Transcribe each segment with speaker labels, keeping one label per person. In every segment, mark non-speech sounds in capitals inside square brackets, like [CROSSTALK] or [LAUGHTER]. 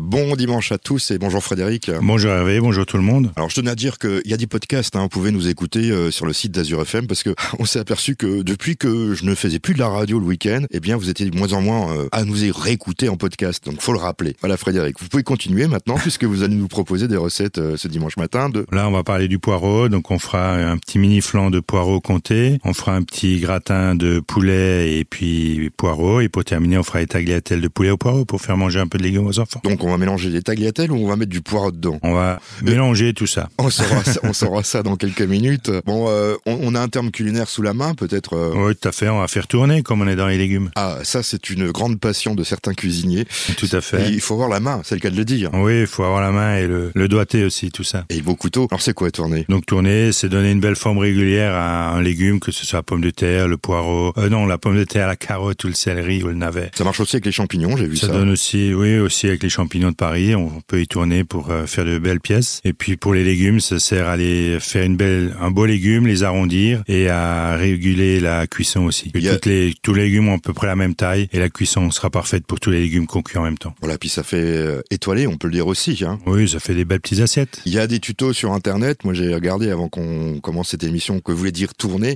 Speaker 1: Bon dimanche à tous et bonjour Frédéric.
Speaker 2: Bonjour Hervé, bonjour tout le monde.
Speaker 1: Alors je tenais à dire qu'il y a des podcasts, hein, vous pouvez nous écouter euh, sur le site d'Azur FM parce que [LAUGHS] on s'est aperçu que depuis que je ne faisais plus de la radio le week-end, eh bien vous étiez de moins en moins euh, à nous y réécouter en podcast, donc faut le rappeler. Voilà Frédéric, vous pouvez continuer maintenant puisque vous allez nous proposer des recettes euh, ce dimanche matin de...
Speaker 2: Là, on va parler du poireau, donc on fera un petit mini flan de poireau compté, on fera un petit gratin de poulet et puis poireau, et pour terminer, on fera des tagliatelles de poulet au poireau pour faire manger un peu de légumes aux enfants.
Speaker 1: Donc on va mélanger des tagliatelles ou on va mettre du poireau dedans
Speaker 2: On va mélanger tout ça.
Speaker 1: On saura, ça- on saura ça dans quelques minutes. Bon, euh, on, on a un terme culinaire sous la main peut-être... euh,
Speaker 2: Oui, tout à fait, on va faire tourner comme on est dans les légumes.
Speaker 1: Ah, ça c'est une grande passion de certains cuisiniers.
Speaker 2: Tout à
Speaker 1: Et
Speaker 2: fait.
Speaker 1: il faut avoir la main, c'est le cas de le dire.
Speaker 2: Oui, il faut avoir la main et le, le doigté aussi, tout ça.
Speaker 1: Et vos couteaux. Alors c'est quoi tourner
Speaker 2: Donc tourner, c'est donner une belle forme régulière à un légume, que ce soit la pomme de terre, le poireau, euh, non, la pomme de terre, la carotte ou le céleri ou le navet.
Speaker 1: Ça marche aussi avec les champignons, j'ai vu ça.
Speaker 2: Ça donne aussi, oui, aussi avec les champignons de Paris, on peut y tourner pour euh, faire de belles pièces. Et puis pour les légumes, ça sert à les faire une belle, un beau légume, les arrondir et à réguler la cuisson aussi.
Speaker 1: Il y a-
Speaker 2: Toutes les, tous les légumes ont à peu près la même taille et la cuisson sera parfaite pour tous les légumes qu'on cuit en même temps.
Speaker 1: Voilà, puis ça fait euh, étoilé, on peut le dire aussi. Hein.
Speaker 2: Oui, ça fait des belles petites assiettes.
Speaker 1: Il y a des tutos sur Internet, moi j'ai regardé avant qu'on commence cette émission que voulait dire tourner,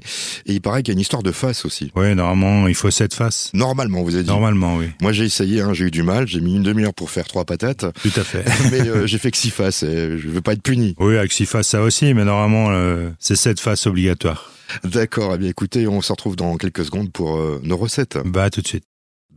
Speaker 1: et il paraît qu'il y a une histoire de face aussi.
Speaker 2: Oui, normalement, il faut sept faces.
Speaker 1: Normalement, vous avez dit.
Speaker 2: Normalement, oui.
Speaker 1: Moi j'ai essayé, hein, j'ai eu du mal, j'ai mis une demi-heure pour faire trois
Speaker 2: [LAUGHS]
Speaker 1: patates,
Speaker 2: Tout à fait.
Speaker 1: mais euh, j'ai fait que six faces, et je veux pas être puni.
Speaker 2: Oui, avec six faces, ça aussi, mais normalement, euh, c'est sept faces obligatoires.
Speaker 1: D'accord, eh bien écoutez, on se retrouve dans quelques secondes pour euh, nos recettes.
Speaker 2: Bah, à tout de suite.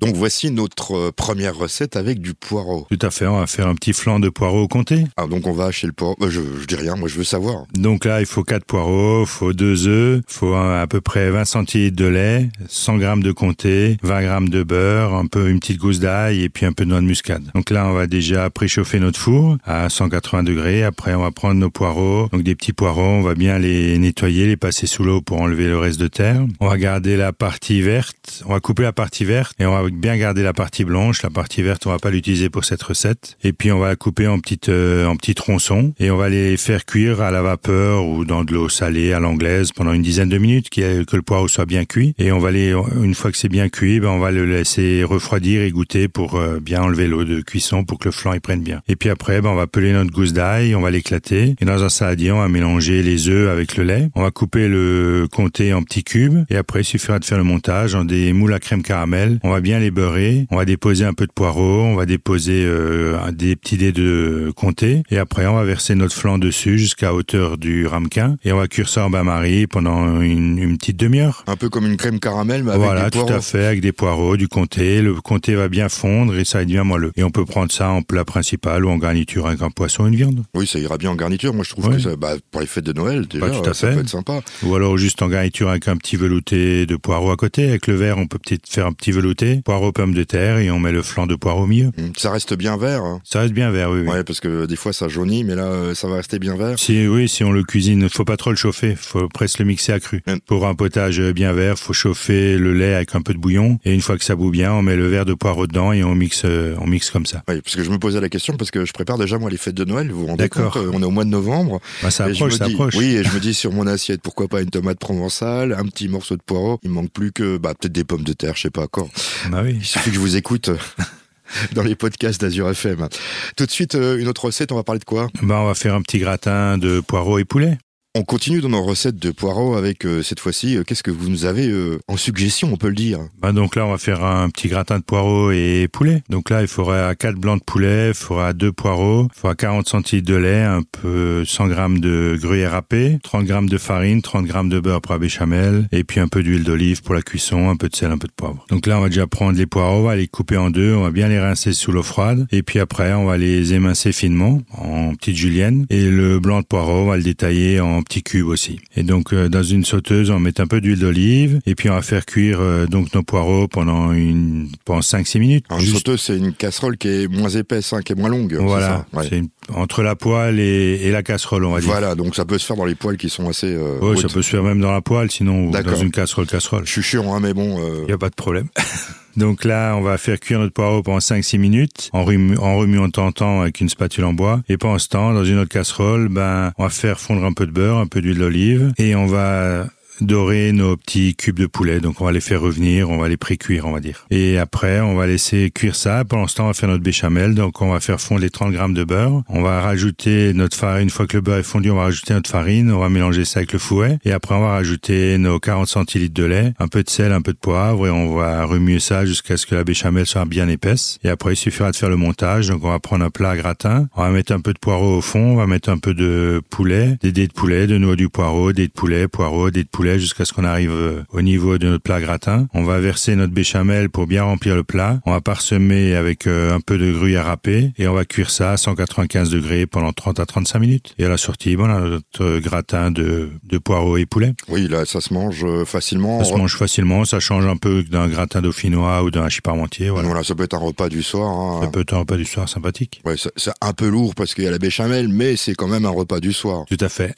Speaker 1: Donc voici notre euh, première recette avec du poireau.
Speaker 2: Tout à fait, on va faire un petit flan de poireaux au comté.
Speaker 1: Ah, donc on va chez le poireau. Euh, Je, je dis rien, moi je veux savoir.
Speaker 2: Donc là, il faut 4 poireaux, il faut 2 œufs, il faut euh, à peu près 20 centilitres de lait, 100 grammes de comté, 20 grammes de beurre, un peu une petite gousse d'ail et puis un peu de noix de muscade. Donc là, on va déjà préchauffer notre four à 180 degrés. Après, on va prendre nos poireaux, donc des petits poireaux, on va bien les nettoyer, les passer sous l'eau pour enlever le reste de terre. On va garder la partie verte, on va couper la partie verte et on va bien garder la partie blanche. La partie verte, on va pas l'utiliser pour cette recette. Et puis on va la couper en petites euh, en petits tronçons et on va les faire cuire à la vapeur ou dans de l'eau salée à l'anglaise pendant une dizaine de minutes qu'il y a- que le poireau soit bien cuit. Et on va les une fois que c'est bien cuit, ben on va le laisser refroidir et goûter pour euh, bien enlever l'eau de cuisson pour que le flan y prenne bien. Et puis après, ben on va peler notre gousse d'ail, on va l'éclater et dans un saladier, on va mélanger les œufs avec le lait. On va couper le comté en petits cubes et après, il suffira de faire le montage en des moules à crème caramel. On va bien les beurrer, on va déposer un peu de poireau, on va déposer euh, un- des petits dés de comté et après, on va verser notre flan dessus jusqu'à hauteur du ramequin et on va cuire ça en bain-marie pendant une, une petite demi-heure.
Speaker 1: Un peu comme une crème caramel, mais avec
Speaker 2: voilà,
Speaker 1: du
Speaker 2: tout
Speaker 1: poireau.
Speaker 2: à fait, avec des poireaux, du comté. Le comté va bien fondre et ça devient moelleux. Et on peut prendre ça en plat principal ou en garniture avec un poisson ou une viande.
Speaker 1: Oui, ça ira bien en garniture. Moi, je trouve
Speaker 2: Ouais.
Speaker 1: que ça, bah, pour les fêtes de Noël, déjà,
Speaker 2: tout à
Speaker 1: ça
Speaker 2: fait.
Speaker 1: peut être sympa.
Speaker 2: Ou alors juste en garniture avec un petit velouté de poireaux à côté. Avec le verre, on peut peut-être faire un petit velouté, poireaux pommes de terre, et on met le flanc de poireaux au milieu.
Speaker 1: Mm, Ça reste bien vert. hein.
Speaker 2: Ça reste bien vert, oui. oui.
Speaker 1: Ouais, parce que des fois, ça jaunit, mais là, euh, ça va rester bien vert.
Speaker 2: Si, oui, si on le cuisine, faut pas trop le chauffer, faut presque le mixer à cru.
Speaker 1: Mm.
Speaker 2: Pour un potage bien vert, faut chauffer le lait avec un peu de bouillon, et une fois que ça bout bien, on met le verre de poireaux dedans et on mixe, euh, on mixe comme ça.
Speaker 1: Oui, parce que je me posais la question, parce que je prépare déjà, moi, les fêtes de Noël. Vous vous rendez
Speaker 2: D'accord.
Speaker 1: compte, euh, on est au mois de novembre.
Speaker 2: Bah, ça
Speaker 1: et je
Speaker 2: approche,
Speaker 1: me
Speaker 2: ça
Speaker 1: dis-
Speaker 2: approche.
Speaker 1: Oui, et je me dis, sur mon assiette, pourquoi pas une tomate provençale, un petit morceau de poireau. Il manque plus que, bah, peut-être des pommes de terre, je sais pas encore.
Speaker 2: Bah oui.
Speaker 1: Il suffit que je vous écoute. [LAUGHS] Dans les podcasts d'Azur FM. Tout de suite, euh, une autre recette, on va parler de quoi
Speaker 2: Bah, on va faire un petit gratin de poireaux et poulet.
Speaker 1: On continue dans nos recettes de poireaux avec euh, cette fois-ci, euh, qu'est-ce que vous nous avez euh, en suggestion, on peut le dire
Speaker 2: Bah donc là, on va faire un petit gratin de poireaux et poulet. Donc là, il faudra 4 blancs de poulet, il faudra 2 poireaux, il faudra 40 centilitres de lait, un peu 100 grammes de gruyère râpée, 30 grammes de farine, 30 grammes de beurre pour la béchamel, et puis un peu d'huile d'olive pour la cuisson, un peu de sel, un peu de poivre. Donc là, on va déjà prendre les poireaux, on va les couper en deux, on va bien les rincer sous l'eau froide, et puis après, on va les émincer finement en petites juliennes, et le blanc de poireau, on va le détailler en petits cubes aussi. Et donc, euh, dans une sauteuse, on met un peu d'huile d'olive, et puis on va faire cuire euh, donc nos poireaux pendant une pendant 5-6 minutes.
Speaker 1: Alors, une
Speaker 2: Juste-
Speaker 1: sauteuse, c'est une casserole qui est moins épaisse, hein, qui est moins longue. c'est
Speaker 2: voilà,
Speaker 1: ça Ouais.
Speaker 2: c'est une- entre la poêle et, et la casserole, on va dire.
Speaker 1: Voilà, donc ça peut se faire dans les poils qui sont assez. euh,
Speaker 2: Ouais, ça
Speaker 1: hautes.
Speaker 2: peut se faire même dans la poêle, sinon ou dans
Speaker 1: D'accord.
Speaker 2: une casserole casserole.
Speaker 1: Je suis chiant, hein, mais bon. euh,
Speaker 2: Il n'y a pas de problème. [LAUGHS] Donc là, on va faire cuire notre poireau pendant 5-6 minutes, en, remu- en remuant de temps en temps avec une spatule en bois. Et pendant ce temps, dans une autre casserole, ben, on va faire fondre un peu de beurre, un peu d'huile d'olive, et on va dorer nos petits cubes de poulet. Donc on va les faire revenir, on va les pré-cuire, on va dire. Et après, on va laisser cuire ça. Pendant ce temps, on va faire notre béchamel. Donc on va faire fondre les 30 grammes de beurre. On va rajouter notre farine. Une fois que le beurre est fondu, on va rajouter notre farine. On va mélanger ça avec le fouet. Et après, on va rajouter nos 40 centilitres de lait, un peu de sel, un peu de poivre. Et on va remuer ça jusqu'à ce que la béchamel soit bien épaisse. Et après, il suffira de faire le montage. Donc on va prendre un plat à gratin. On va mettre un peu de poireau au fond. On va mettre un peu de poulet, des dés de poulet, de noix du poireau, des de poulet, poireau, des de poulet jusqu'à ce qu'on arrive euh, au niveau de notre plat gratin. On va verser notre béchamel pour bien remplir le plat. On va parsemer avec euh, un peu de gruyère râpée et on va cuire ça à 195 degrés pendant 30 à 35 minutes. Et à la sortie, bon, on a notre euh, gratin de, de poireaux et poulet.
Speaker 1: Oui, là, ça se mange euh, facilement.
Speaker 2: Ça se mange facilement, ça change un peu d'un gratin dauphinois ou d'un hachis parmentier. Voilà.
Speaker 1: Voilà, ça peut être un repas du soir. hein.
Speaker 2: Ça peut être un repas du soir sympathique.
Speaker 1: Ouais, c'est- c'est un peu lourd parce qu'il y a la béchamel, mais c'est quand même un repas du soir.
Speaker 2: Tout à fait.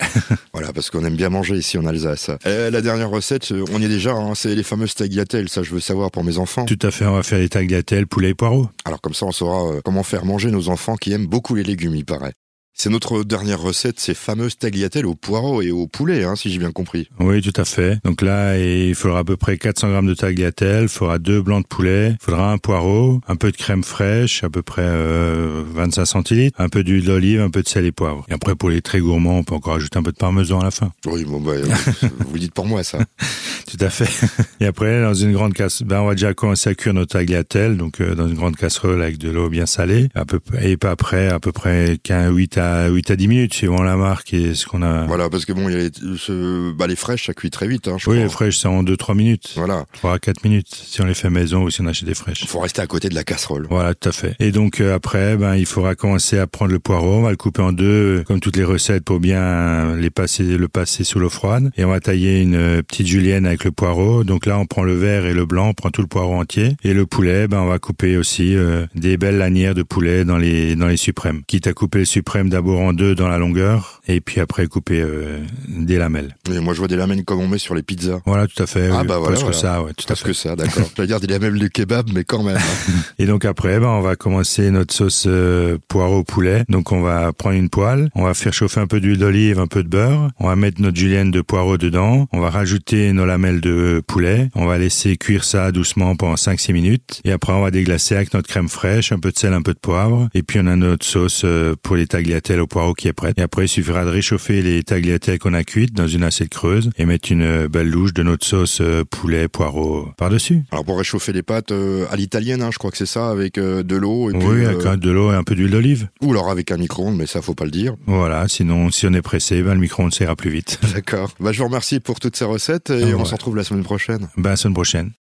Speaker 1: Voilà, parce qu'on aime bien manger ici en Alsace. Euh, la dernière recette, euh, on y est déjà, hein, c'est les fameuses tagliatelles, ça je veux savoir pour mes enfants.
Speaker 2: Tout à fait, on va faire des tagliatelles, poulet et poireaux.
Speaker 1: Alors comme ça, on saura euh, comment faire manger nos enfants qui aiment beaucoup les légumes, il paraît. C'est notre dernière recette, ces fameuses tagliatelles au poireau et au poulet, hein, si j'ai bien compris.
Speaker 2: Oui, tout à fait. Donc là, il faudra à peu près 400 grammes de tagliatelle, il faudra deux blancs de poulet, il faudra un poireau, un peu de crème fraîche, à peu près euh, 25 centilitres, un peu d'huile d'olive, un peu de sel et poivre. Et après, pour les très gourmands, on peut encore ajouter un peu de parmesan à la fin. [LAUGHS]
Speaker 1: Oui, bon, bah, euh, vous le dites pour moi, ça.
Speaker 2: Tout à fait. [LAUGHS] Et après, dans une grande casserole, ben, on va déjà commencer à cuire nos tagliatelles, donc euh, dans une grande casserole avec de l'eau bien salée, à peu, près- et pas après, à peu près 15, 8 à 8 à 10 minutes, suivant la marque et ce qu'on a.
Speaker 1: Voilà, parce que bon, il y a les, ce- bah, les fraîches, ça cuit très vite, hein, je
Speaker 2: oui, les
Speaker 1: crois.
Speaker 2: fraîches, c'est en 2-3 minutes.
Speaker 1: Voilà,
Speaker 2: 3 à 4 minutes si on les fait maison ou si on achète des fraîches.
Speaker 1: faut rester à côté de la casserole.
Speaker 2: Voilà, tout à fait. Et donc euh, après, ben il faudra commencer à prendre le poireau, on va le couper en deux, euh, comme toutes les recettes, pour bien les passer, le passer sous l'eau froide. Et on va tailler une euh, petite julienne avec le poireau. Donc là, on prend le vert et le blanc, on prend tout le poireau entier. Et le poulet, ben on va couper aussi euh, des belles lanières de poulet dans les dans les suprêmes. Quitte à couper les suprêmes d'abord en deux dans la longueur, et puis après couper euh, des lamelles.
Speaker 1: Et moi, je vois des lamelles comme on met sur les pizzas.
Speaker 2: Voilà, tout à fait.
Speaker 1: Ah,
Speaker 2: oui,
Speaker 1: bah, voilà,
Speaker 2: presque
Speaker 1: voilà.
Speaker 2: ça, ouais, tout à
Speaker 1: Parce
Speaker 2: fait.
Speaker 1: que ça, d'accord. Je vais dire des lamelles de kebab, mais quand même. hein.
Speaker 2: Et donc après, ben, on va commencer notre sauce euh, poireau poulet. Donc on va prendre une poêle, on va faire chauffer un peu d'huile d'olive, un peu de beurre, on va mettre notre julienne de poireau dedans, on va rajouter nos lamelles de poulet, on va laisser cuire ça doucement pendant 5-6 minutes. Et après, on va déglacer avec notre crème fraîche, un peu de sel, un peu de poivre. Et puis on a notre sauce euh, pour les tagliatelles au poireau qui est prête. Et après, il suffira de réchauffer les tagliatelles qu'on a cuites dans une assiette creuse et mettre une euh, belle louche de notre sauce euh, poulet poireau par-dessus.
Speaker 1: Alors, pour réchauffer les pâtes euh, à l'italienne, hein, je crois que c'est ça, avec euh, de l'eau et puis.
Speaker 2: Oui, avec
Speaker 1: euh,
Speaker 2: un- de l'eau et un peu d'huile d'olive.
Speaker 1: Ou alors avec un micro-ondes, mais ça, faut pas le
Speaker 2: [LAUGHS]
Speaker 1: dire.
Speaker 2: Voilà, sinon si on est pressé, ben, le micro-ondes s'ira plus vite. [LAUGHS]
Speaker 1: D'accord. Bah, je vous remercie pour toutes ces recettes et
Speaker 2: Ah,
Speaker 1: on
Speaker 2: ouais.
Speaker 1: se retrouve la semaine prochaine.
Speaker 2: Ben, à la semaine prochaine.